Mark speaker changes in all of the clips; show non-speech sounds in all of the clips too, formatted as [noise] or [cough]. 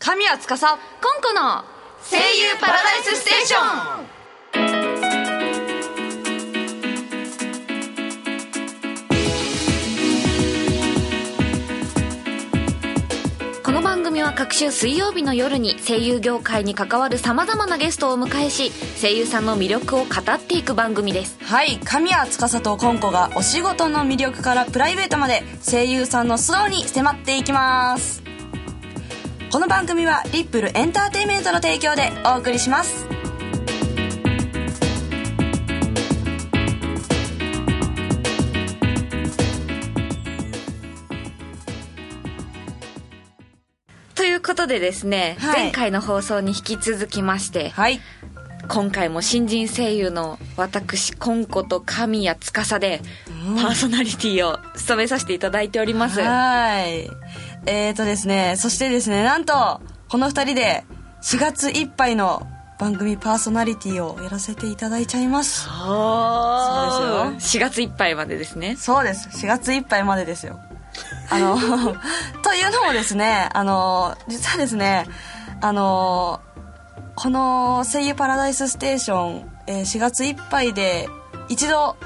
Speaker 1: 司コンコの声優パラダイスステーションこの番組は各週水曜日の夜に声優業界に関わるさまざまなゲストをお迎えし声優さんの魅力を語っていく番組です
Speaker 2: はい神谷司とコンコがお仕事の魅力からプライベートまで声優さんの素顔に迫っていきますこの番組はリップルエンターテインメントの提供でお送りします
Speaker 1: ということでですね、
Speaker 2: はい
Speaker 1: 前回の放送に引き続きまして
Speaker 2: はい
Speaker 1: 今回も新人声優の私コンコと神谷司でパーソナリティを務めさせていただいております
Speaker 2: はいえーとですねそしてですねなんとこの2人で4月いっぱいの番組パーソナリティをやらせていただいちゃいます
Speaker 1: そう
Speaker 2: そうで
Speaker 1: 4月いっぱいまでですね
Speaker 2: そうです4月いっぱいまでですよあの [laughs] というのもですねあの実はですねあのこの「声優パラダイスステーション」えー4月いっぱいで一度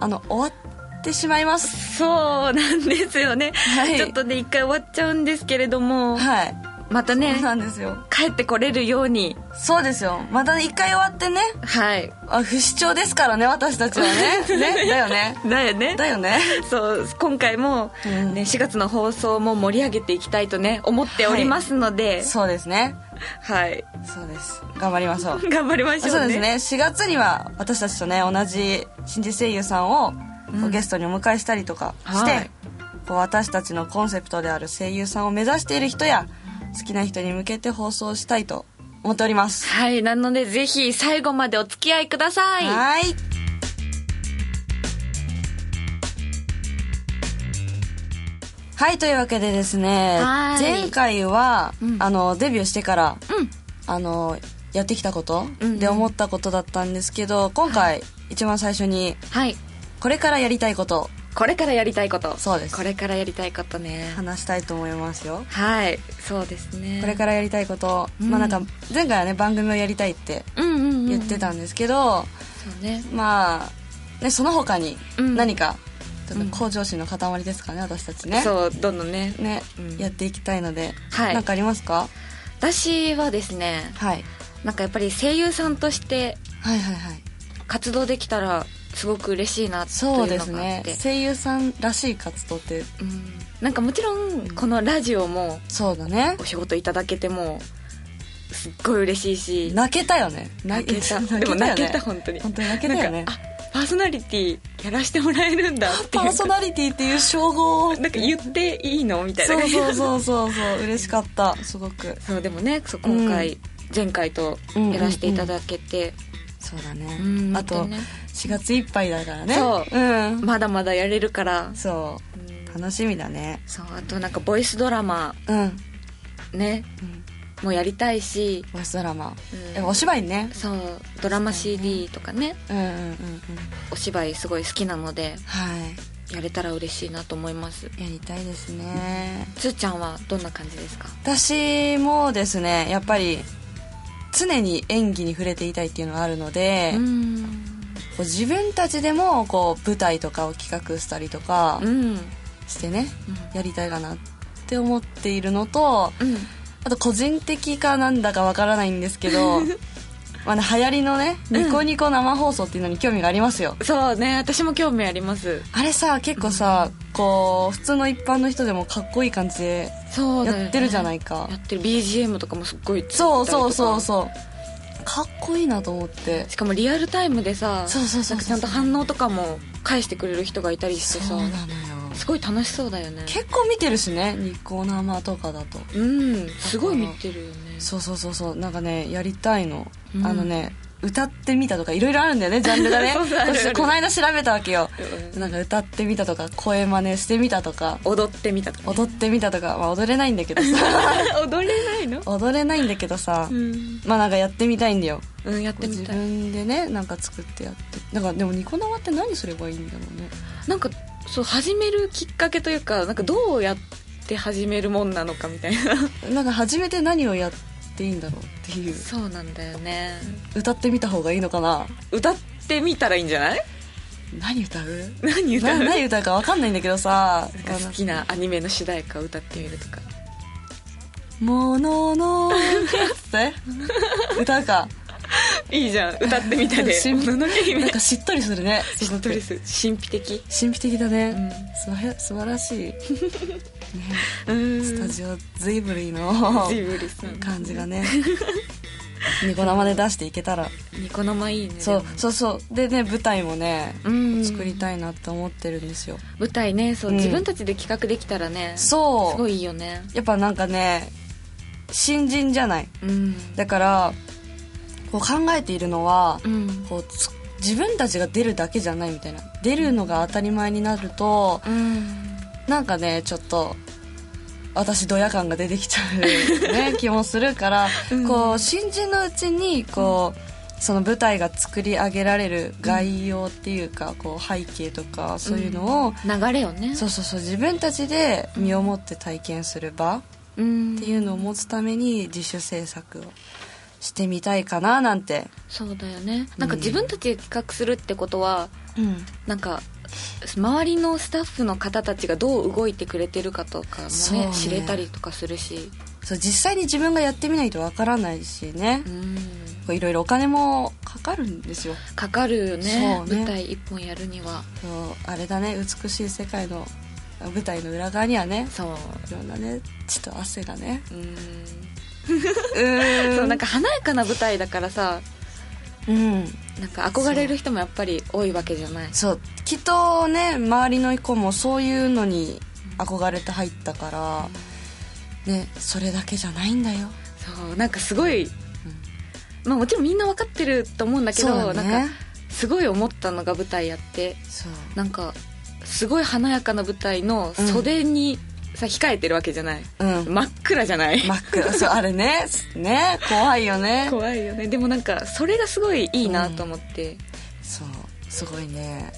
Speaker 2: あの終わってしまいます
Speaker 1: そうなんですよね、
Speaker 2: はい
Speaker 1: ちょっとね一回終わっちゃうんですけれども
Speaker 2: はい
Speaker 1: またね
Speaker 2: そうなんですよ
Speaker 1: 帰ってこれるように
Speaker 2: そうですよまた一回終わってね
Speaker 1: はい
Speaker 2: あ不死鳥ですからね私たちはねねだよね
Speaker 1: だよね
Speaker 2: だよね
Speaker 1: そう今回も、
Speaker 2: うん
Speaker 1: ね、4月の放送も盛り上げていきたいとね思っておりますので
Speaker 2: そうですね
Speaker 1: はい、
Speaker 2: そうです頑張りましょう
Speaker 1: 頑張りましょうね
Speaker 2: そうですね4月には私たちとね同じ新人声優さんを、こうゲストにお迎えしたりとかして、
Speaker 1: はい
Speaker 2: こう私たちのコンセプトである声優さんを目指している人や好きな人に向けて放送したいと思っております
Speaker 1: はいなのでぜひ最後までお付き合いください
Speaker 2: はいはいというわけでですね
Speaker 1: はい
Speaker 2: 前回は、
Speaker 1: うん
Speaker 2: あのデビューしてから
Speaker 1: うん
Speaker 2: あのやってきたこと、
Speaker 1: うんうん
Speaker 2: で思ったことだったんですけど今回一番最初に
Speaker 1: はい
Speaker 2: これからやりたいこと
Speaker 1: これからやりたいこと
Speaker 2: そうです
Speaker 1: これからやりたいことね
Speaker 2: 話したいと思いますよ
Speaker 1: はいそうですね
Speaker 2: これからやりたいこと、
Speaker 1: うん
Speaker 2: まあなんか前回はね番組をやりたいって
Speaker 1: らうんうん、うん、
Speaker 2: 言ってたんですけど、
Speaker 1: そうね
Speaker 2: まあ、ね、その他に
Speaker 1: うん
Speaker 2: 何か、ちょっ
Speaker 1: うん
Speaker 2: と向上心の塊ですかね私たちね
Speaker 1: そうどんどんね
Speaker 2: ね、
Speaker 1: うん
Speaker 2: やっていきたいので、
Speaker 1: はい
Speaker 2: なんかありますか、
Speaker 1: 私はですね
Speaker 2: はい、
Speaker 1: なんかやっぱり声優さんとして
Speaker 2: はいはいはい
Speaker 1: 活動できたらすごく嬉しいなっていうのがあ
Speaker 2: そ
Speaker 1: っ
Speaker 2: う
Speaker 1: て
Speaker 2: ですね声優さんらしい活動って
Speaker 1: うんなんかもちろんこのラジオも
Speaker 2: そうだね
Speaker 1: お仕事いただけてもすっごい嬉しいし
Speaker 2: 泣けたよね
Speaker 1: 泣けた
Speaker 2: [laughs] 泣
Speaker 1: でも泣
Speaker 2: よ
Speaker 1: け
Speaker 2: ね
Speaker 1: た本当に
Speaker 2: 本当に泣けたよね
Speaker 1: なんかあパーソナリティやらしてもらえるんだって
Speaker 2: パ
Speaker 1: いう
Speaker 2: ーソナリティっていう称号を
Speaker 1: なんか言っていいのみたいな
Speaker 2: そうそうそ
Speaker 1: [laughs]
Speaker 2: うそうそう嬉しかったすごく
Speaker 1: そうでもねそう今回、前回とやらせていただけて、
Speaker 2: そうだね、
Speaker 1: うん
Speaker 2: あと
Speaker 1: 本当にね
Speaker 2: 4月いっぱいだからね
Speaker 1: そう
Speaker 2: うん
Speaker 1: まだまだやれるから、
Speaker 2: そ
Speaker 1: うん
Speaker 2: う楽しみだね
Speaker 1: そうあとなんかボイスドラマ
Speaker 2: うん、うん、
Speaker 1: ねもうやりたいし、
Speaker 2: ボイスドラマ、
Speaker 1: うん
Speaker 2: えお芝居ね
Speaker 1: そうドラマ CD とかね
Speaker 2: うんうんうんうん
Speaker 1: お芝居すごい好きなので
Speaker 2: は
Speaker 1: やれたら嬉しいなと思います
Speaker 2: いやりたいですね
Speaker 1: つーちゃんはどんな感じですか
Speaker 2: 私もですねやっぱり常に演技に触れていたいっていうのがあるので、
Speaker 1: う
Speaker 2: こ
Speaker 1: ん
Speaker 2: う自分たちでもこう舞台とかを企画したりとか
Speaker 1: うん
Speaker 2: してね、やりたいかなって思っているのと
Speaker 1: うん
Speaker 2: あと個人的かなんだかわからないんですけ
Speaker 1: [laughs]
Speaker 2: どまあ、ね、流行りのねニコニコ生放送っていうのに興味がありますよ、
Speaker 1: そうね私も興味あります
Speaker 2: あれさ結構さこう普通の一般の人でもかっこいい感じで
Speaker 1: そうだよね
Speaker 2: やってるじゃないか
Speaker 1: やってる BGM とかもすっごい
Speaker 2: そうそうそう
Speaker 1: う
Speaker 2: そうかっこいいなと思って
Speaker 1: しかもリアルタイムでさ
Speaker 2: そうそう
Speaker 1: な
Speaker 2: そうそう
Speaker 1: んかちゃんと反応とかも返してくれる人がいたりして
Speaker 2: そ
Speaker 1: さ
Speaker 2: うなのよ
Speaker 1: すごい楽しそうだよね
Speaker 2: 結構見てるしねニコ生とかだと
Speaker 1: うんすごい見てるよね
Speaker 2: そうそうそうそうなんかねやりたいの、
Speaker 1: うん
Speaker 2: あのね歌ってみたとかいろいろあるんだよねジャンルがね
Speaker 1: [laughs] そうそうあるある
Speaker 2: 私この間調べたわけよ
Speaker 1: うん
Speaker 2: なんか歌ってみたとか声真似してみたとか
Speaker 1: 踊ってみたとかね
Speaker 2: 踊ってみたとか、まあ、踊れないんだけどさ
Speaker 1: [laughs] 踊れないの
Speaker 2: 踊れないんだけどさ、
Speaker 1: うん、
Speaker 2: まあなんかやってみたいんだよ
Speaker 1: うん、やってみ
Speaker 2: 自
Speaker 1: たい
Speaker 2: 分でねなんか作ってやってなんかでもニコ生って何すればいいんだろうね
Speaker 1: なんかそう始めるきっかけというかなんかどうやって始めるもんなのかみたいな
Speaker 2: なんか初めて何をやっっていいんだろうっていう
Speaker 1: そうなんだよね
Speaker 2: 歌ってみた方がいいのかな
Speaker 1: 歌ってみたらいいんじゃない
Speaker 2: 何歌う
Speaker 1: 何歌う
Speaker 2: な何歌うか分かんないんだけどさ
Speaker 1: なんか好きなアニメの主題歌を歌ってみるとか [laughs]
Speaker 2: 「ものの」って歌うか
Speaker 1: いいじゃん歌ってみた [laughs] で
Speaker 2: 新
Speaker 1: もののけ姫
Speaker 2: なんかしっとりするね
Speaker 1: しっとりする神秘的
Speaker 2: 神秘的だね、
Speaker 1: うん
Speaker 2: すば素晴らしい、ね、
Speaker 1: うん
Speaker 2: スタジオズイブリの
Speaker 1: ジブリさん
Speaker 2: 感じがねニコ生で出していけたら
Speaker 1: ニコ生いいね
Speaker 2: そうそうそうでね舞台もね
Speaker 1: でもうん
Speaker 2: 作りたいなって思ってるんですよ、
Speaker 1: 舞台ねそう、
Speaker 2: うん
Speaker 1: 自分たちで企画できたらねす
Speaker 2: そ
Speaker 1: ご
Speaker 2: う
Speaker 1: いいいよね
Speaker 2: やっぱなんかね新人じゃない
Speaker 1: うん
Speaker 2: だからこう考えているのは
Speaker 1: うん
Speaker 2: こうつ自分たちが出るだけじゃないみたいな出るのが当たり前になると
Speaker 1: うん
Speaker 2: なんかねちょっと私ドヤ感が出てきちゃう、
Speaker 1: [laughs]
Speaker 2: ね、気もするから、
Speaker 1: うん
Speaker 2: こう新人のうちにこうその舞台が作り上げられる概要っていうか、こう背景とかそういうのを、
Speaker 1: 流れをね
Speaker 2: そうそうそう自分たちで身をもって体験する場っ
Speaker 1: うん
Speaker 2: ていうのを持つために自主制作をしてみたいかななんて、
Speaker 1: そうだよねなんか自分たちで企画するってことは
Speaker 2: うん、
Speaker 1: なんか周りのスタッフの方たちがどう動いてくれてるかとかも
Speaker 2: そう
Speaker 1: ね
Speaker 2: ね
Speaker 1: 知れたりとかするし
Speaker 2: そう実際に自分がやってみないとわからないしね
Speaker 1: う、ん
Speaker 2: こういろいろお金もかかるんですよ
Speaker 1: かかるよね
Speaker 2: そうね
Speaker 1: 舞台一本やるには
Speaker 2: そうあれだね美しい世界の舞台の裏側にはね
Speaker 1: そう
Speaker 2: いろんなね血と汗
Speaker 1: [laughs]
Speaker 2: がね
Speaker 1: うん
Speaker 2: うー
Speaker 1: そうなんか華やかな舞台だからさ
Speaker 2: うん
Speaker 1: なんか憧れる人もやっぱり多いわけじゃない
Speaker 2: そうきっとね周りの子もそういうのに憧れて入ったからねそれだけじゃないんだよ
Speaker 1: そうなんかすごい、まあもちろんみんな分かってると思うんだけど
Speaker 2: そうだね
Speaker 1: なんかすごい思ったのが舞台やって
Speaker 2: そう
Speaker 1: なんかすごい華やかな舞台の袖にさ、控えてるわけじゃない
Speaker 2: うん
Speaker 1: 真っ暗じゃない、
Speaker 2: 真っ暗そうあれねね怖いよね
Speaker 1: 怖いよねでもなんかそれがすごいいいなと思って、
Speaker 2: そうすごいね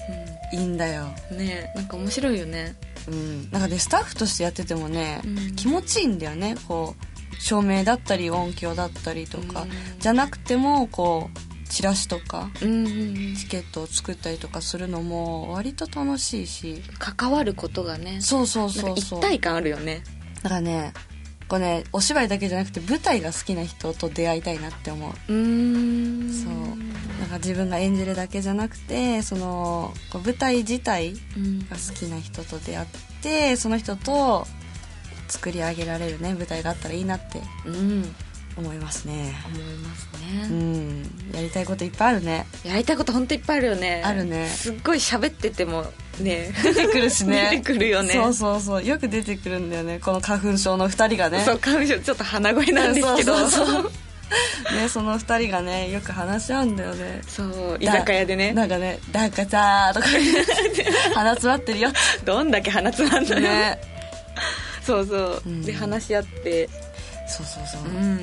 Speaker 1: う
Speaker 2: いいんだよ
Speaker 1: んねなんか面白いよね
Speaker 2: うん、なんかねスタッフとしてやっててもね、
Speaker 1: うん
Speaker 2: 気持ちいいんだよねこう照明だったり音響だったりとか、
Speaker 1: うん
Speaker 2: じゃなくてもこうチラシとか
Speaker 1: うんうんうん
Speaker 2: チケットを作ったりとかするのも割と楽しいし
Speaker 1: 関わることがね
Speaker 2: そうそう
Speaker 1: な
Speaker 2: そ
Speaker 1: ん
Speaker 2: う
Speaker 1: か
Speaker 2: そ
Speaker 1: 一
Speaker 2: う
Speaker 1: 体感あるよね
Speaker 2: だからねこうねお芝居だけじゃなくて舞台が好きな人と出会いたいなって思う
Speaker 1: うーん
Speaker 2: そうなんか自分が演じるだけじゃなくてそのこう舞台自体
Speaker 1: うん
Speaker 2: が好きな人と出会ってその人と作り上げられるね舞台があったらいいなって
Speaker 1: うん
Speaker 2: 思いますね
Speaker 1: 思いますね、
Speaker 2: うんやりたいこといっぱいあるね
Speaker 1: やりたいこと本当いっぱいあるよね
Speaker 2: あるね
Speaker 1: すっごい喋っててもね
Speaker 2: 出てくる
Speaker 1: [laughs]
Speaker 2: しね
Speaker 1: 出てくるよね
Speaker 2: そうそうそうよく出てくるんだよねこの花粉症の2人がね
Speaker 1: そう彼女ちょっと鼻声なんですけど
Speaker 2: そうそうそうねその2人がねよく話し合うんだよね
Speaker 1: そう居酒屋でね
Speaker 2: なんかね「なんかさ」とか言って鼻詰まってるよ
Speaker 1: どんだけ鼻つまんだよ、
Speaker 2: ね
Speaker 1: そうそう、
Speaker 2: うん
Speaker 1: で話し合って
Speaker 2: そうそうそう、
Speaker 1: ん、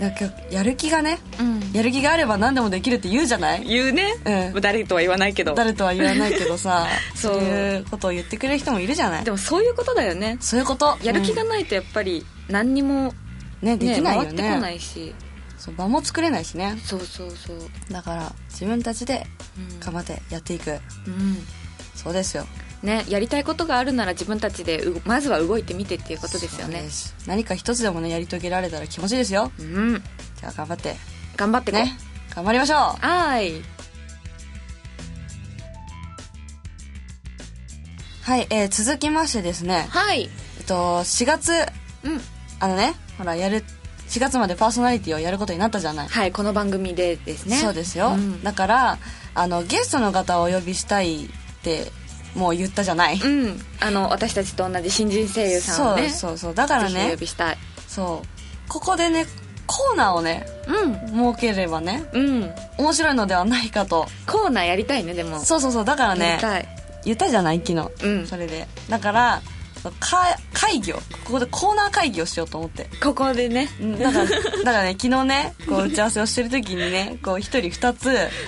Speaker 2: なんかやる気がね
Speaker 1: うん、
Speaker 2: やる気があれば何でもできるって言うじゃない
Speaker 1: 言うね、
Speaker 2: うん
Speaker 1: 誰とは言わないけど
Speaker 2: 誰とは言わないけどさ
Speaker 1: [laughs] そう
Speaker 2: そういうことを言ってくれる人もいるじゃない
Speaker 1: でもそういうことだよね
Speaker 2: そういうこと
Speaker 1: やる気が
Speaker 2: うん
Speaker 1: ないとやっぱり何にも、
Speaker 2: ねで
Speaker 1: ね
Speaker 2: きないよ
Speaker 1: 回ってこないし
Speaker 2: そう場も作れないしね
Speaker 1: そうそうそう、
Speaker 2: だから自分たちで
Speaker 1: うん
Speaker 2: 頑張ってやっていく、
Speaker 1: うん
Speaker 2: そうですよ
Speaker 1: ね、やりたいことがあるなら自分たちでうまずは動いてみてっていうことですよ
Speaker 2: そう
Speaker 1: ね
Speaker 2: です何か一つでもねやり遂げられたら気持ちいいですよ
Speaker 1: うん
Speaker 2: じゃあ頑張って
Speaker 1: 頑張ってこう
Speaker 2: ね頑張りましょ
Speaker 1: はい、
Speaker 2: うはい、えー、続きましてですね
Speaker 1: はい、
Speaker 2: えっと4月
Speaker 1: うん
Speaker 2: あのねほらやる4月までパーソナリティをやることになったじゃない、
Speaker 1: はい、この番組でですね
Speaker 2: そうですよ、
Speaker 1: うん
Speaker 2: だからあのゲストの方をお呼びしたいってもう言ったじゃない、
Speaker 1: うん、あの私たちと同じ新人声優さんをね
Speaker 2: そうそうそうだか
Speaker 1: ぜ
Speaker 2: ら
Speaker 1: ひお
Speaker 2: ね
Speaker 1: 呼びしたい
Speaker 2: そうここでねコーナーをね
Speaker 1: うん
Speaker 2: 設ければね
Speaker 1: うん
Speaker 2: 面白いのではないかと
Speaker 1: コーナーやりたいねでも
Speaker 2: そうそうそうだか
Speaker 1: や
Speaker 2: らね
Speaker 1: りたい
Speaker 2: 言ったじゃない昨日、
Speaker 1: うん
Speaker 2: それでだからか会議をここでコーナー会議をしようと思って
Speaker 1: ここでね
Speaker 2: だから [laughs] だからね昨日ねこう打ち合わせをしてる時にねこう一人二つ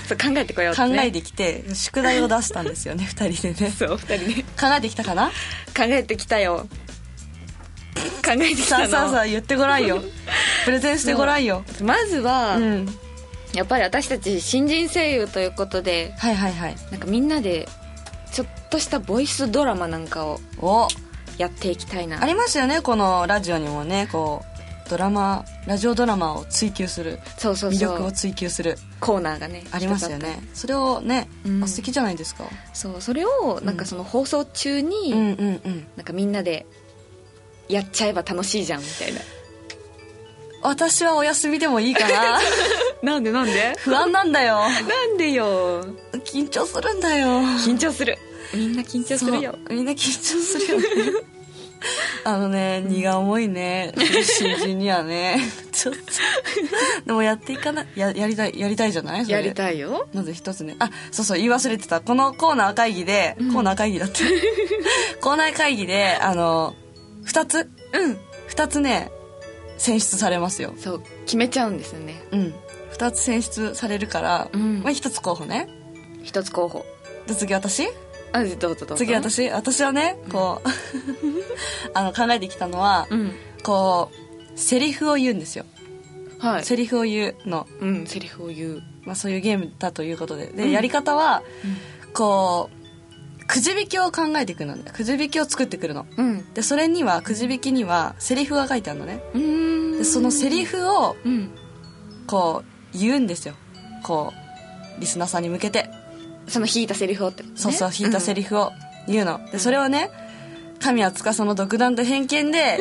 Speaker 1: そう考えてこようって
Speaker 2: 考
Speaker 1: ね
Speaker 2: えてきて宿題を出したんですよね二人でね
Speaker 1: そう二人ね
Speaker 2: 考えてきたかな
Speaker 1: 考えてきたよ考えてきた
Speaker 2: さ
Speaker 1: の [laughs]
Speaker 2: あさあさあ言ってごらんよプレゼンしてごらんよ
Speaker 1: まずは、
Speaker 2: うん
Speaker 1: やっぱり私たち新人声優ということで
Speaker 2: はいはいはい
Speaker 1: なんかみんなでちょっとしたボイスドラマなんかを
Speaker 2: お
Speaker 1: やっていきたいな
Speaker 2: ありましたよねこのラジオにもねこうドラマラジオドラマを追求する
Speaker 1: そうそうそ
Speaker 2: 魅
Speaker 1: う
Speaker 2: 力を追求する
Speaker 1: コーナーがね
Speaker 2: ありましたよ
Speaker 1: 一つあっ
Speaker 2: ねそれをね、
Speaker 1: うん
Speaker 2: あ素敵じゃないですか
Speaker 1: たそうそれをなんかその放送中に、
Speaker 2: うんうんうん
Speaker 1: なんかみんなでやっちゃえば楽しいじゃんみたいな
Speaker 2: 私はお休みでもいいか
Speaker 1: [laughs]
Speaker 2: な
Speaker 1: [laughs] なんでなんで
Speaker 2: 不安なんだよ
Speaker 1: なんでよ
Speaker 2: 緊張するんだよ
Speaker 1: 緊張するみんな緊張するよ
Speaker 2: そうみんな緊張するよ
Speaker 1: [laughs]
Speaker 2: ねあのね荷が重いね新人に
Speaker 1: [laughs]
Speaker 2: はねちょっとでもやっていかなややりたいやりたいじゃないそれ
Speaker 1: やりたいよ
Speaker 2: まず一つねあそうそう言い忘れてたこのコーナー会議で、
Speaker 1: うん
Speaker 2: コーナー会
Speaker 1: [laughs]
Speaker 2: 議だってコーナー会議であの二つ
Speaker 1: うん
Speaker 2: 二つね選出されますよ
Speaker 1: そう決めちゃうんですよね
Speaker 2: うん二つ選出されるから、
Speaker 1: うん
Speaker 2: まあ一つ候補ね
Speaker 1: 一つ候補
Speaker 2: で次私
Speaker 1: あどうぞどうぞ
Speaker 2: 次私私はねこ
Speaker 1: [laughs]
Speaker 2: う、あの考えてきたのは、
Speaker 1: うん
Speaker 2: こうセリフを言うんですよ、
Speaker 1: はい
Speaker 2: セリフを言うの、
Speaker 1: うんセリフを言う
Speaker 2: まあ、そういうゲームだということでで、
Speaker 1: うん
Speaker 2: やり方はこうくじ引きを考えていくのねくじ引きを作ってくるの
Speaker 1: うん
Speaker 2: でそれにはくじ引きにはセリフが書いてあるのね
Speaker 1: うーん
Speaker 2: でそのセリフを
Speaker 1: うん
Speaker 2: こう言うんですよこうリスナーさんに向けて
Speaker 1: その引いたセリフをってことね
Speaker 2: そうそう引いたセリフを言うの、でそれをね神は司の独断と偏
Speaker 1: [laughs]
Speaker 2: 見で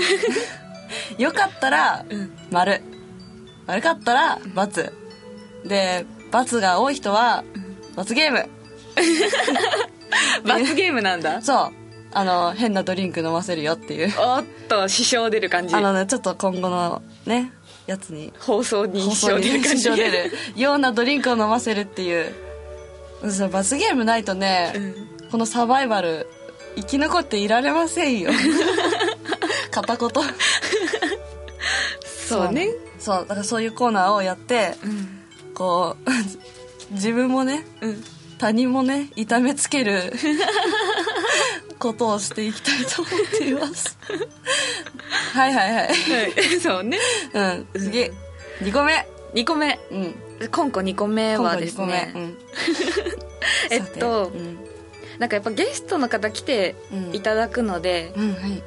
Speaker 2: よかったら
Speaker 1: うんうん
Speaker 2: 丸悪かったら×で×が多い人は罰ゲーム
Speaker 1: 罰ゲームなんだ
Speaker 2: そうあの変なドリンク飲ませるよって
Speaker 1: [laughs]
Speaker 2: いう
Speaker 1: おっと支障出る感じ
Speaker 2: あのねちょっと今後のねやつに
Speaker 1: 放送に支
Speaker 2: 放送
Speaker 1: 障
Speaker 2: に
Speaker 1: 出る感
Speaker 2: 支
Speaker 1: じ
Speaker 2: 障出るようなドリンクを飲ませるっていうその罰ゲームないとね、
Speaker 1: うん
Speaker 2: このサバイバル生き残っていられませ
Speaker 1: [laughs]
Speaker 2: んよ片言
Speaker 1: そうね
Speaker 2: そうだからそういうコーナーをやって
Speaker 1: うん
Speaker 2: こう自分もね
Speaker 1: うん
Speaker 2: 他人もね痛めつ
Speaker 1: [laughs]
Speaker 2: けることをしていきたいと思っていますはいはいはい
Speaker 1: はい [laughs] そうね
Speaker 2: うん次2個目
Speaker 1: 2個目
Speaker 2: うん
Speaker 1: 今後2個目
Speaker 2: 今
Speaker 1: は
Speaker 2: 度
Speaker 1: で
Speaker 2: 2
Speaker 1: す
Speaker 2: 個目、
Speaker 1: ね、
Speaker 2: うん、
Speaker 1: えっと
Speaker 2: さてうん
Speaker 1: なんかやっぱゲストの方来て
Speaker 2: うん
Speaker 1: いただくので、
Speaker 2: うんはい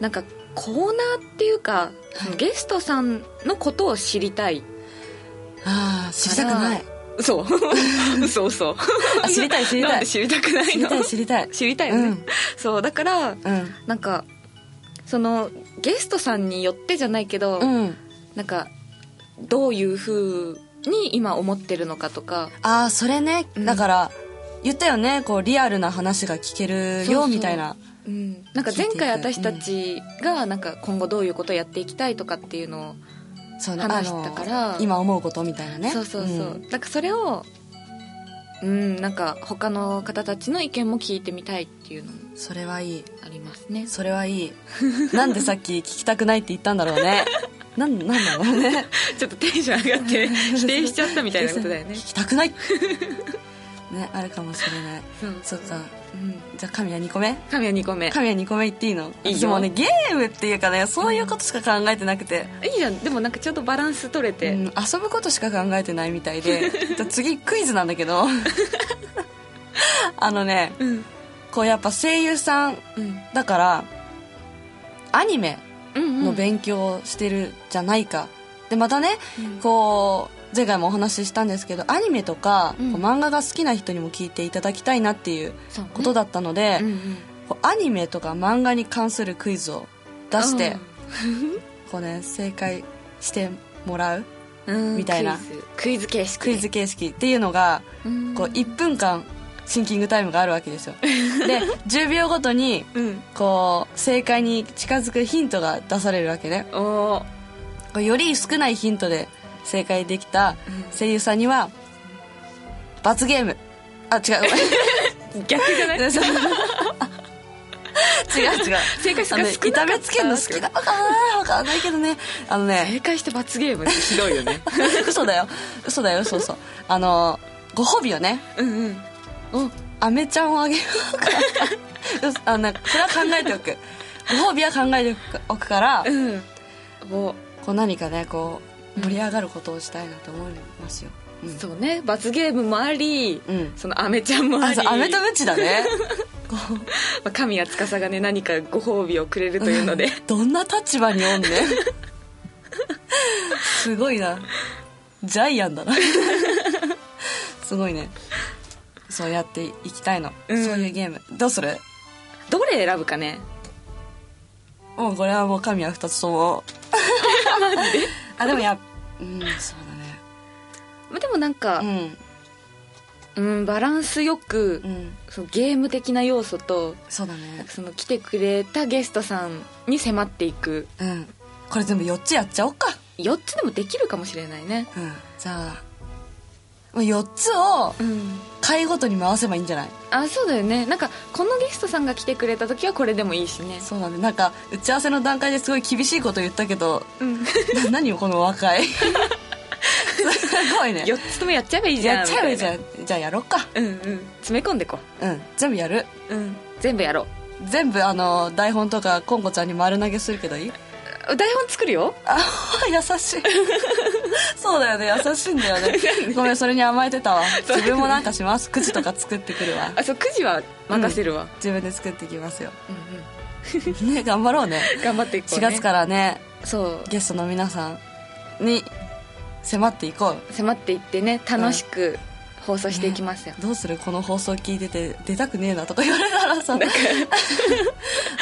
Speaker 1: なんかコーナーっていうか、
Speaker 2: はい
Speaker 1: ゲストさんのことを知りたい
Speaker 2: ああ知りたくない
Speaker 1: 嘘 [laughs] 嘘嘘
Speaker 2: あ知りたい知り
Speaker 1: [laughs] なん
Speaker 2: た
Speaker 1: で
Speaker 2: い
Speaker 1: 知りたくない
Speaker 2: 知り
Speaker 1: の
Speaker 2: たい知りたい
Speaker 1: 知りたいよ
Speaker 2: う
Speaker 1: ね、
Speaker 2: ん
Speaker 1: そうだから
Speaker 2: うん
Speaker 1: なんかそのゲストさんによってじゃないけど、
Speaker 2: うん
Speaker 1: なんかどういう風に今思ってるのかとか
Speaker 2: ああそれね
Speaker 1: うん
Speaker 2: だから言ったよねこうリアルな話が聞ける
Speaker 1: そう
Speaker 2: よ
Speaker 1: そう
Speaker 2: みたいな
Speaker 1: うん、なんか前回私たちがなんか今後どういうことをやっていきたいとかっていうのを、
Speaker 2: そう
Speaker 1: 話したから
Speaker 2: あの今思うことみたいなね
Speaker 1: そうそうそう、
Speaker 2: ん
Speaker 1: なんかそれをうんなんか他の方たちの意見も聞いてみたいっていうのも
Speaker 2: それはいい
Speaker 1: ありますね
Speaker 2: それはいいなんでさっき聞きたくないって言ったんだ
Speaker 1: [laughs]
Speaker 2: ろうねなんなんだろうね
Speaker 1: ちょっとテンション上が [laughs] って否定しちゃったみたいなことだよね
Speaker 2: 聞きたくないねあるかもしれない
Speaker 1: そう
Speaker 2: そっか
Speaker 1: うん
Speaker 2: じゃあ神谷2個目
Speaker 1: 神谷2個目
Speaker 2: 神谷2個目言っていいの
Speaker 1: いいよ
Speaker 2: でもねゲームっていうかねそういうことしか考えてなくて、
Speaker 1: いいじゃんでもなんかちょっとバランス取れて、
Speaker 2: うん遊ぶことしか考えてないみた
Speaker 1: [laughs]
Speaker 2: いでじゃあ次クイズなんだけど [laughs] あのね
Speaker 1: うん
Speaker 2: こうやっぱ声優さん
Speaker 1: うん
Speaker 2: だからアニメ
Speaker 1: うん
Speaker 2: の勉強をしてるじゃないか、でまたねこう前回もお話ししたんですけどアニメとか、
Speaker 1: うん
Speaker 2: こう漫画が好きな人にも聞いていただきたいなっていう
Speaker 1: そうね
Speaker 2: ことだったので、
Speaker 1: うんうん
Speaker 2: こうアニメとか漫画に関するクイズを出して、こうね正解してもらう
Speaker 1: うん
Speaker 2: みたいな
Speaker 1: クイズクイズ形式
Speaker 2: クイズ形式っていうのが、
Speaker 1: うん
Speaker 2: こう1分間シンキングタイムがあるわけですよで10秒ごとに
Speaker 1: うん
Speaker 2: こう正解に近づくヒントが出されるわけね
Speaker 1: おー
Speaker 2: こうより少ないヒントで正解できた声優さんには罰ゲームあ違うごめん
Speaker 1: 逆じゃない
Speaker 2: 違う [laughs] 違う
Speaker 1: 正解数
Speaker 2: あの
Speaker 1: が
Speaker 2: ね
Speaker 1: 少なか
Speaker 2: 痛
Speaker 1: った
Speaker 2: めつけるの好きなのかなわかんないけどねあのね
Speaker 1: 正解して罰ゲームってひどいよね
Speaker 2: [laughs] 嘘だよ嘘だよ嘘嘘あのご褒美をね
Speaker 1: うんうんお
Speaker 2: アメちゃんをあげようかな [laughs] 嘘あのねこれは考えておくご褒美は考えておくから
Speaker 1: うんお
Speaker 2: こう何かねこう盛り上がることをしたいなと思いますよ、うん
Speaker 1: そうね罰ゲームもあり、
Speaker 2: うん
Speaker 1: そのアメちゃんもあ
Speaker 2: あ
Speaker 1: り
Speaker 2: そう飴とムチだね
Speaker 1: まあ神谷司がね何かご褒美をくれ [laughs] るというので
Speaker 2: [laughs] どんな立場にお
Speaker 1: [laughs]
Speaker 2: んねんすごいなジャイアン
Speaker 1: [laughs]
Speaker 2: だなすごいねそうやっていきたいの、
Speaker 1: うん
Speaker 2: そういうゲームどうする
Speaker 1: [laughs] どれ選ぶかね
Speaker 2: もうこれはもう神は2つ
Speaker 1: [laughs]
Speaker 2: ともあでもやうんそう
Speaker 1: まあでもなんか
Speaker 2: だ、ね
Speaker 1: うんバランスよく、
Speaker 2: うんうん
Speaker 1: そのゲーム的な要素と
Speaker 2: そうだ
Speaker 1: なん
Speaker 2: ね
Speaker 1: かその来てくれたゲストさんに迫っていく
Speaker 2: うんこれ全部4つやっちゃおうか
Speaker 1: 4つでもできるかもしれないね
Speaker 2: うんじゃあもう4つを
Speaker 1: うん
Speaker 2: 回ごとに回せばいいんじゃない
Speaker 1: あそうだよねなんかこのゲストさんが来てくれた時はこれでもいいしね
Speaker 2: そうだねなんか打ち合わせの段階ですごい厳しいこと言ったけど
Speaker 1: [laughs] うん
Speaker 2: な [laughs] 何よこの若いすごいね
Speaker 1: 4つともやっちゃえばいいじゃん
Speaker 2: やっちゃえばいいじゃ
Speaker 1: み
Speaker 2: んじゃあやろうか
Speaker 1: たいなうんうん詰め込んでこ
Speaker 2: うん全部やる
Speaker 1: ううん全部やろう
Speaker 2: 全部あの台本とかコンコちゃんに丸投げするけどいい
Speaker 1: あ台本作るよ
Speaker 2: あ [laughs] 優しいそうだよね優しいん
Speaker 1: [laughs]
Speaker 2: だよねごめんそれに甘えてたわ自分もなんかしますくじとか作ってく
Speaker 1: [laughs]
Speaker 2: るわ
Speaker 1: あそう9時は任せるわ、
Speaker 2: 自分で作ってきますよ [laughs]
Speaker 1: うん
Speaker 2: ね頑張ろうね
Speaker 1: うん頑張っていこう、ね、
Speaker 2: 4月からね
Speaker 1: そう
Speaker 2: ゲストの皆さんに迫っていこう
Speaker 1: 迫っていってね楽しく放送していきますよ、
Speaker 2: どうするこの放送聞いてて出たくねえなとか言われたらさ [laughs]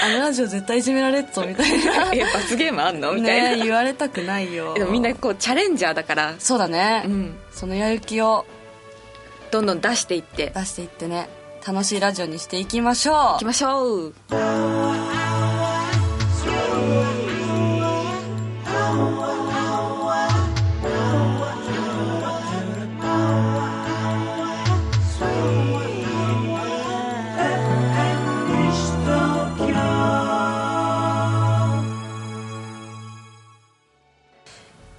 Speaker 2: あのラジオ絶対いじめられっぞみたいな
Speaker 1: え罰ゲームあん [laughs] のみたいな、
Speaker 2: ねえ言われたくないよ
Speaker 1: でもみんなこうチャレンジャーだから、
Speaker 2: そうだね、
Speaker 1: うん、
Speaker 2: そのやる気を
Speaker 1: どんどん出していってい
Speaker 2: 出していってね楽しいラジオにしていきましょ
Speaker 1: き
Speaker 2: う
Speaker 1: ましょう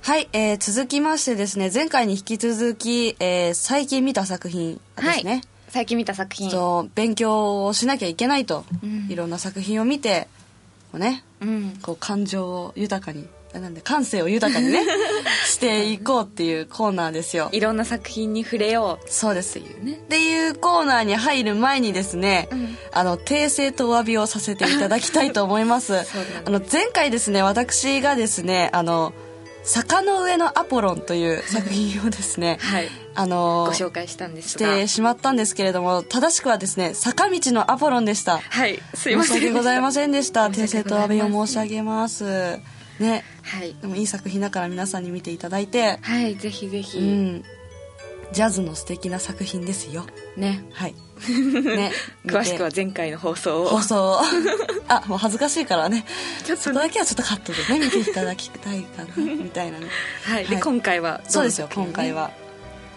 Speaker 2: はい、えー続きましてですね前回に引き続き、えー最近見た作品ですね、
Speaker 1: はい最近見た作品
Speaker 2: そう勉強をしなきゃいけないと、
Speaker 1: うん
Speaker 2: いろんな作品を見てこうね
Speaker 1: うん
Speaker 2: こう感情を豊かにあなんで感性を豊かに
Speaker 1: [laughs]
Speaker 2: ねしていこうっていうコーナーですよ
Speaker 1: いろんな作品に触れよ
Speaker 2: そうですっ
Speaker 1: うっていうね
Speaker 2: ていうコーナーに入る前にですね、
Speaker 1: うん
Speaker 2: あの訂正とお詫びをさせていただきたいと思います
Speaker 1: [laughs] そうだね
Speaker 2: あの前回ですね私がですねあの「坂の上のアポロン」
Speaker 1: [laughs]
Speaker 2: という作品をですね
Speaker 1: はい
Speaker 2: あの
Speaker 1: ご紹介したんで
Speaker 2: し
Speaker 1: すが
Speaker 2: てしまったんですけれども正しくはですね「坂道のアポロン」でした
Speaker 1: はいすいません
Speaker 2: 申し訳ございま
Speaker 1: せ
Speaker 2: せんでした訂
Speaker 1: 申し
Speaker 2: 正
Speaker 1: 訳
Speaker 2: と
Speaker 1: ご
Speaker 2: お
Speaker 1: ざ
Speaker 2: 詫
Speaker 1: いません
Speaker 2: びを申し上げますね
Speaker 1: んはい
Speaker 2: でもいい作品だから皆さんに見ていただいて
Speaker 1: はいぜひぜひ、
Speaker 2: うんジャズの素敵な作品ですよ
Speaker 1: ね、
Speaker 2: はい、ね
Speaker 1: 詳しくは
Speaker 2: 見て
Speaker 1: 前回の放送を
Speaker 2: 放送をあもう恥ずかしいからね
Speaker 1: ちょっと
Speaker 2: そこ
Speaker 1: ね
Speaker 2: だけはちょっとカットでね見ていただきたいかなみた
Speaker 1: [laughs]
Speaker 2: いなね
Speaker 1: はいで
Speaker 2: はい
Speaker 1: 今回は
Speaker 2: そうですよ今回は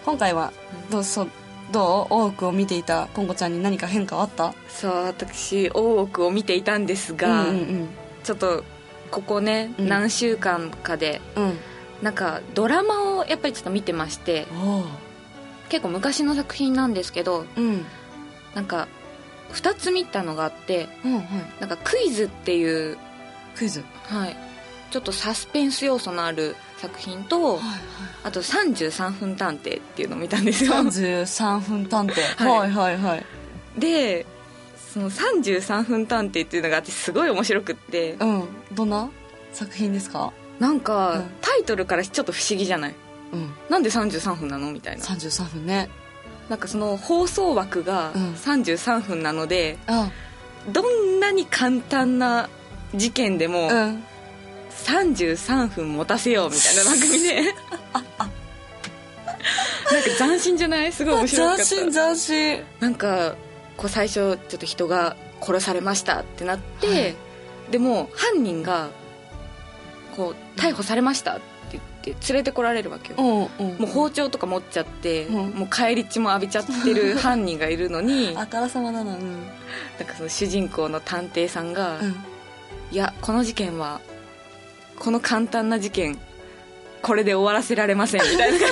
Speaker 2: 今回はどうそうどう多くを見ていたコンゴちゃんに何か変化はあった
Speaker 1: そう私大奥を見ていたんですが、
Speaker 2: うんうん
Speaker 1: ちょっとここね、
Speaker 2: うん
Speaker 1: 何週間かで
Speaker 2: うんうん
Speaker 1: なんかドラマをやっぱりちょっと見てまして
Speaker 2: おー
Speaker 1: 結構昔の作品なんですけど
Speaker 2: うん
Speaker 1: なんか2つ見たのがあって
Speaker 2: うんはい
Speaker 1: なんかクイズっていう、
Speaker 2: クイズ
Speaker 1: はい、ちょっとサスペンス要素のある作品と
Speaker 2: はい
Speaker 1: あと33分探偵っていうのを見たんですよ
Speaker 2: はい33分探偵
Speaker 1: [laughs] は
Speaker 2: はいいはいはい
Speaker 1: でその33分探偵っていうのがあってすごい面白くって
Speaker 2: うんどんな作品ですか
Speaker 1: なんか、
Speaker 2: うん
Speaker 1: タイトルからちょっと不思議じゃない
Speaker 2: うん
Speaker 1: なんで33分なのみたいな
Speaker 2: 33分ね
Speaker 1: なんかその放送枠が
Speaker 2: うん
Speaker 1: 33分なので、
Speaker 2: あ
Speaker 1: どんなに簡単な事件でも
Speaker 2: うん
Speaker 1: 33分持たせようみたいな番組 [laughs] でなんか斬新じゃないすごい面白かった
Speaker 2: 斬新斬新
Speaker 1: なんかこう最初ちょっと人が殺されましたってなって、
Speaker 2: はい
Speaker 1: でも犯人がこう逮捕されましたって言って連れてこられるわけよ、
Speaker 2: うんうん
Speaker 1: もう包丁とか持っちゃって、
Speaker 2: うん
Speaker 1: もう帰り血も浴びちゃってる犯人がいるの [laughs] にな
Speaker 2: あ
Speaker 1: ん
Speaker 2: からさまだなうん
Speaker 1: かその主人公の探偵さんが、
Speaker 2: うん
Speaker 1: いやこの事件はこの簡単な事件これで終わらせられませんみたいな感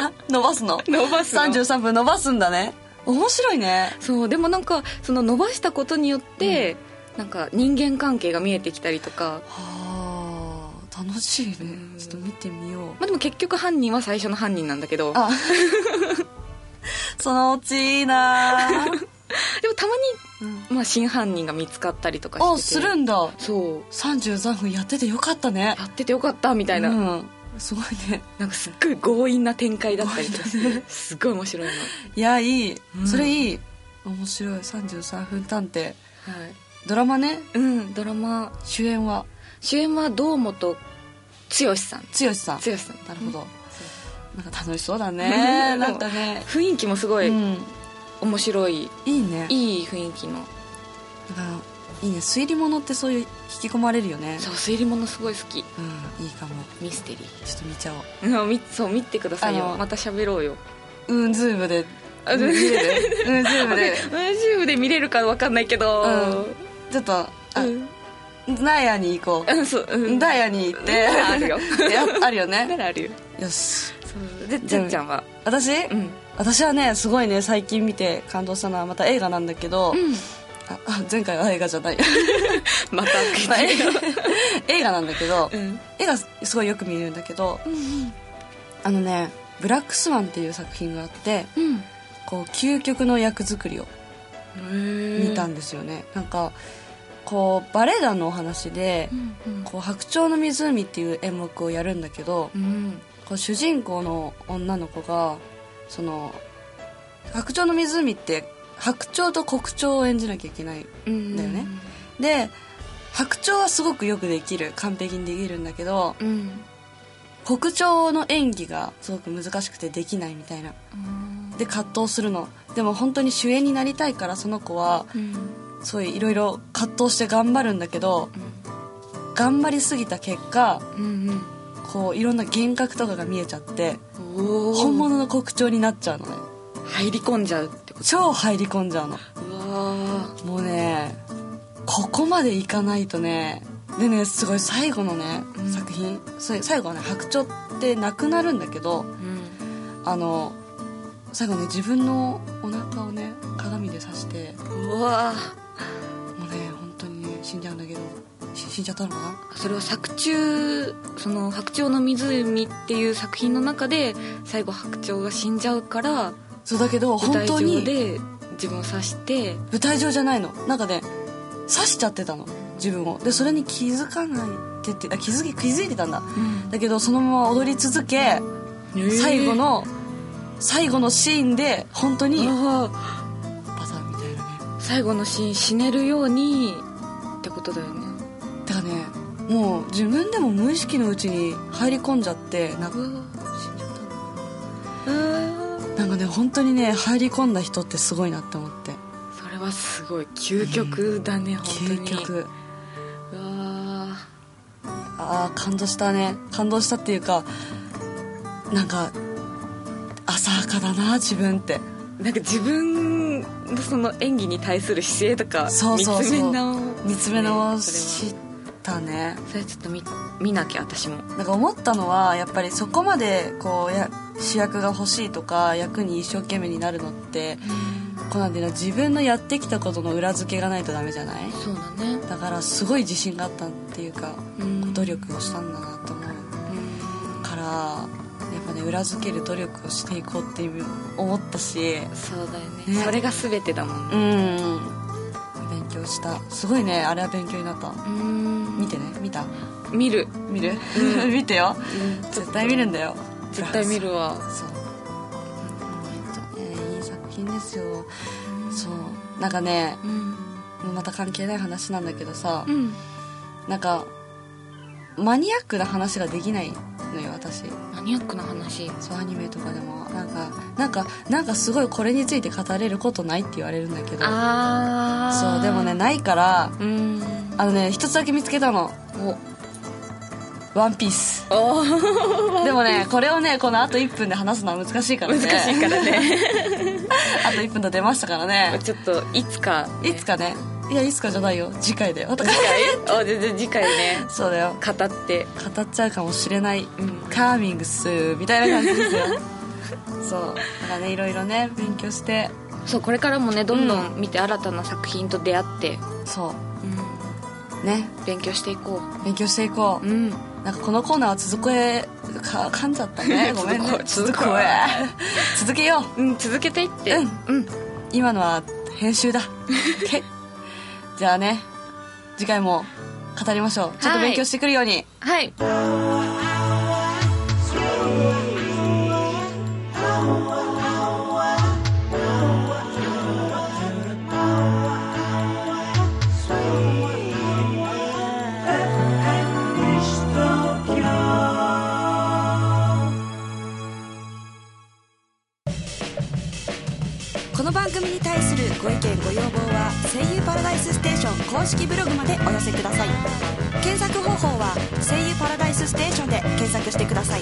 Speaker 2: あ伸ばす [laughs] の
Speaker 1: じで伸ばすの
Speaker 2: 33分伸ばすんだね面白いね
Speaker 1: そうでもなんかその伸ばしたことによって、なんか人間関係が見えてきたりとか
Speaker 2: はあ楽しいねちょっと見てみよう
Speaker 1: まあ、でも結局犯人は最初の犯人なんだけど
Speaker 2: あそのうちいいなぁ
Speaker 1: でもたま
Speaker 2: うん
Speaker 1: に、まあ、真犯人が見つかったりとかしてて
Speaker 2: あするんだ
Speaker 1: そう
Speaker 2: 33分やっててよかったね
Speaker 1: やっててよかったみたいな、
Speaker 2: うんすごいね
Speaker 1: なんかすっごい強引な展開だったりとかしてすごい面白い
Speaker 2: いやいい、
Speaker 1: うん
Speaker 2: それいい面白い33分探偵
Speaker 1: のはい
Speaker 2: ドラマね
Speaker 1: うんドラマ
Speaker 2: 主演は
Speaker 1: 主演は堂本剛さん
Speaker 2: 剛さん
Speaker 1: 剛さん
Speaker 2: なるほど、なんか楽しそうだねなんかね
Speaker 1: 雰囲気もすご
Speaker 2: う
Speaker 1: い
Speaker 2: ん
Speaker 1: 面白い、
Speaker 2: いいね
Speaker 1: いい雰囲気の
Speaker 2: なんかいいね推理物ってそういう引き込まれるよね
Speaker 1: そう推理物すごい好き
Speaker 2: うんいいかも
Speaker 1: ミステリ
Speaker 2: ちょっと見ちゃおう
Speaker 1: ー [laughs] うんみそう見てください
Speaker 2: あ
Speaker 1: よ
Speaker 2: の
Speaker 1: また喋ろうよ
Speaker 2: うんズームで
Speaker 1: あ
Speaker 2: うんズームでうんズームで
Speaker 1: YouTube で見れるか分かんないけど
Speaker 2: ちょっとあ
Speaker 1: うん
Speaker 2: ダイヤに行こ
Speaker 1: うんそうう
Speaker 2: うんダイヤに行って
Speaker 1: あるよ
Speaker 2: [laughs] やあるよ
Speaker 1: な
Speaker 2: ね
Speaker 1: らあるよ
Speaker 2: よし
Speaker 1: そうでちゃんちゃんは
Speaker 2: 私、
Speaker 1: うん
Speaker 2: 私はねすごいね最近見て感動したのはまた映画なんだけど、
Speaker 1: ん
Speaker 2: ああ前回は映画じ
Speaker 1: [laughs]
Speaker 2: ゃない
Speaker 1: また
Speaker 2: まあ映画映画なんだけど、
Speaker 1: [laughs] うん
Speaker 2: 映画すごいよく見るんだけど
Speaker 1: うん
Speaker 2: あのね「ブラックスワン」っていう作品があって
Speaker 1: うん
Speaker 2: こう究極の役作りを見たんですよね、なんかこうバレエ団のお話で
Speaker 1: うん
Speaker 2: 「こう白鳥の湖」っていう演目をやるんだけど
Speaker 1: うん
Speaker 2: こう主人公の女の子がその白鳥の湖って白鳥と黒鳥を演じなきゃいけない
Speaker 1: うん
Speaker 2: だよねで白鳥はすごくよくできる完璧にできるんだけど
Speaker 1: うん
Speaker 2: 黒鳥の演技がすごく難しくてできないみたいなで葛藤するのでも本当に主演になりたいからその子は
Speaker 1: うん
Speaker 2: そういういろいろ葛藤して頑張るんだけど頑張りすぎた結果
Speaker 1: うんうん
Speaker 2: こういろんな幻覚とかが見えちゃって
Speaker 1: おー
Speaker 2: 本物の黒鳥になっちゃうのね
Speaker 1: 入り込んじゃうってこ
Speaker 2: 超入り込んじゃうの
Speaker 1: とうわ
Speaker 2: もうねここまでいかないとねでねすごい最後のね、
Speaker 1: うん
Speaker 2: 作品それ最後はね白鳥ってなくなるんだけど
Speaker 1: うん
Speaker 2: あの最後ね自分のお腹をね鏡で刺して
Speaker 1: うわ
Speaker 2: もうね本当にね死んじゃうんだけどし死んじゃったのかな
Speaker 1: それは作中その「白鳥の湖」っていう作品の中で最後白鳥が死んじゃうから
Speaker 2: そうだけど
Speaker 1: 舞
Speaker 2: 本
Speaker 1: 台
Speaker 2: 当
Speaker 1: 上
Speaker 2: に
Speaker 1: で自分を刺して
Speaker 2: 舞台上じゃないのなんかね刺しちゃってたの自分をでそれに気づかないって言ってあ気づき気づいてたんだだけどそのまま踊り続け最後の最後のシーンで本当に
Speaker 1: あ
Speaker 2: バタンみたいなね
Speaker 1: ー最後のシーン死ねるようにってことだよね
Speaker 2: だからねもう自分でも無意識のうちに入り込んじゃってなんか
Speaker 1: うわ
Speaker 2: 死んじゃったのか
Speaker 1: うわ
Speaker 2: ななんかね本当にね入り込んだ人ってすごいなって思って
Speaker 1: それはすごい究極だね、本当
Speaker 2: 究
Speaker 1: に
Speaker 2: 極
Speaker 1: うわ
Speaker 2: ああ感動したね感動したっていうかなんか浅はかだな自分って
Speaker 1: ーなんか自分のその演技に対する姿勢とか
Speaker 2: そうそうそ
Speaker 1: 見つめ
Speaker 2: う
Speaker 1: 直すね
Speaker 2: 見つめ直
Speaker 1: それは
Speaker 2: したね
Speaker 1: それちょっと見見なきゃ私も
Speaker 2: なんか思ったのはやっぱりそこまでこうや主役が欲しいとか役に一生懸命になるのってこうなんていうの自分のやってきたことの裏付けがないとダメじゃない
Speaker 1: そうだね、
Speaker 2: だからすごい自信があったっていうか
Speaker 1: うん
Speaker 2: 努力をしたんだなと思うからやっぱね裏付ける努力をしていこうっていう思ったし
Speaker 1: そうだよね
Speaker 2: ね
Speaker 1: それが全てだもんね
Speaker 2: うん勉強したすごいねあれは勉強になった
Speaker 1: うん
Speaker 2: 見てね見た
Speaker 1: 見る、
Speaker 2: 見る、 [laughs] 見てよ絶対見るんだよ
Speaker 1: 絶対見るわ
Speaker 2: そう、えーいい作品ですよそうなんかね
Speaker 1: うん
Speaker 2: もうまた関係ない話なんだけどさ、
Speaker 1: うん
Speaker 2: なんかマニアックな話ができないのよ私
Speaker 1: マニアックな話
Speaker 2: そうアニメとかでもなんかなんかなんかすごいこれについて語れることないって言われるんだけど
Speaker 1: あ
Speaker 2: そうでもねないから
Speaker 1: うん
Speaker 2: あのね一つだけ見つけたの「ワンピース
Speaker 1: おお
Speaker 2: でもねこれをねこのあと1分で話すのは難しいから
Speaker 1: 難
Speaker 2: ね
Speaker 1: しいから
Speaker 2: [laughs]
Speaker 1: ね
Speaker 2: あと1分と出ましたか
Speaker 1: [laughs]
Speaker 2: らね
Speaker 1: ちょっといつか
Speaker 2: いつかねいやいつかじゃないよ次回だよ
Speaker 1: [laughs] 次回おじゃじゃ次回ね
Speaker 2: そうだよ
Speaker 1: 語って
Speaker 2: 語っちゃうかもしれない
Speaker 1: うん
Speaker 2: カーミングスみたいな感じです
Speaker 1: [laughs]
Speaker 2: よそうだからねいろいろね勉強して
Speaker 1: そうこれからもねどんどん見て新たな作品と出会って、
Speaker 2: そうね
Speaker 1: 勉強していこ
Speaker 2: 勉強していこ
Speaker 1: ううん
Speaker 2: う、なんかこのコーナーは続けか噛んじゃったねごめんね
Speaker 1: 続こう続
Speaker 2: 続
Speaker 1: こう
Speaker 2: こう続けよう
Speaker 1: うん続けていって
Speaker 2: うん
Speaker 1: うん
Speaker 2: 今のは編集だ OK じゃあね次回も語りましょうちょっと勉強してくるように、
Speaker 1: はい
Speaker 3: この番組に対するご意見ご要望は「声優パラダイスステーション」公式ブログまでお寄せください検索方法は「声優パラダイスステーション」で検索してください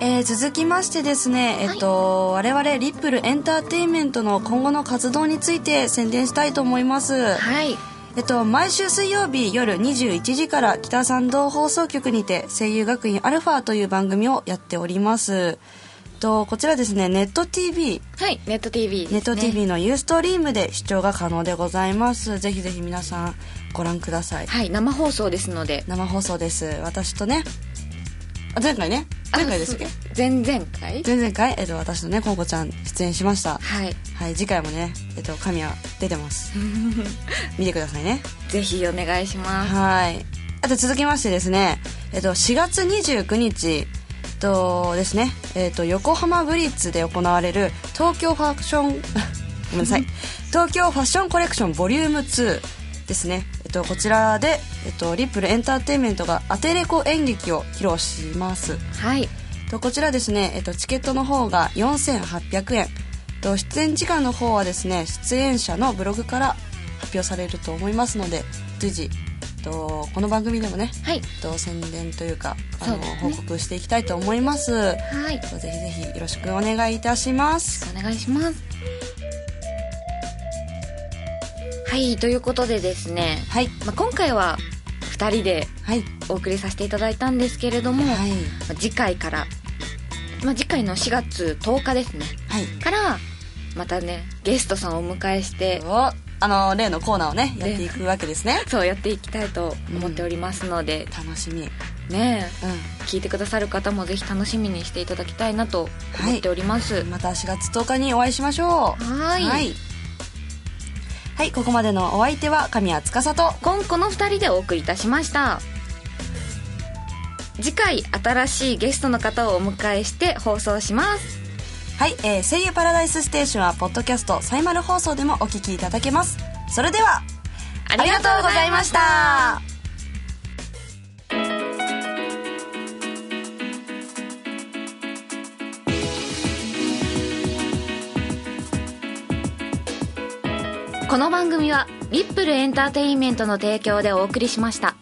Speaker 2: えー続きましてですね、えっと我々リップルエンターテインメントの今後の活動について宣伝したいと思います、
Speaker 1: はい
Speaker 2: えっと、毎週水曜日夜21時から北参道放送局にて声優学院アルファという番組をやっております。えっと、こちらですね、ネット TV、
Speaker 1: はいネット TV です
Speaker 2: ネ
Speaker 1: ね
Speaker 2: ット TV のユーストリームで視聴が可能でございます。ぜひぜひ皆さんご覧ください。
Speaker 1: はい生放送ですので
Speaker 2: 生放送です。私とね、あ前回ね、前回ですっけ
Speaker 1: あ前々回
Speaker 2: 前々回、えっと、私とね、コウコちゃん出演しました。
Speaker 1: はい
Speaker 2: はい、次回もね、えっと、神谷出てます。見てくださいね。
Speaker 1: ぜひお願いします
Speaker 2: はい。あと続きましてですね、えっと、4月29日、えっとですね、えっと、横浜ブリッツで行われる東京ファッション、 [laughs] ごめん
Speaker 1: [laughs]
Speaker 2: なさい、東京ファッションコレクションボリューム2ですね。えっと、こちらで、えっと、リップルエンターテインメントがアテレコ演劇を披露します。
Speaker 1: [laughs] はい
Speaker 2: とこちらですね、えっと、チケットの方が4800円と出演時間の方はですね出演者のブログから発表されると思いますので随時えっとこの番組でもね、
Speaker 1: はい
Speaker 2: えっと、宣伝というかあ
Speaker 1: そ
Speaker 2: の
Speaker 1: うですね
Speaker 2: 報告していきたいと思います
Speaker 1: はい
Speaker 2: えっとぜひぜひよろしくお願いいたします
Speaker 1: お願いしますはいということでですね、
Speaker 2: はい
Speaker 1: まあ、今回は2人で
Speaker 2: はい
Speaker 1: お送りさせていただいたんですけれども、
Speaker 2: はい
Speaker 1: まあ次回から、まあ、次回の4月10日ですね
Speaker 2: はい
Speaker 1: からまたねゲストさんをお迎えして
Speaker 2: おあの例のコーナーをねやっていくわけですね
Speaker 1: そうやっていきたいと思っておりますので、
Speaker 2: 楽しみうん
Speaker 1: ねえ聞いてくださる方もぜひ楽しみにしていただきたいなと思っております、は
Speaker 2: また4月10日にお会いしましょう
Speaker 1: ーい
Speaker 2: はい、はい、ここまでのお相手は神谷司と
Speaker 1: 今後の2人でお送りいたしました次回新しいゲストの方をお迎えして放送します
Speaker 2: はい、えー、声優パラダイスステーションはポッドキャストサイマル放送でもお聞きいただけますそれでは
Speaker 1: あ
Speaker 2: あり
Speaker 1: りが
Speaker 2: がと
Speaker 1: と
Speaker 2: う
Speaker 1: う
Speaker 2: ご
Speaker 1: ご
Speaker 2: ざ
Speaker 1: ざ
Speaker 2: い
Speaker 1: い
Speaker 2: ま
Speaker 1: ま
Speaker 2: し
Speaker 1: したこの番組はリップルエンターテインメントの提供でお送りしました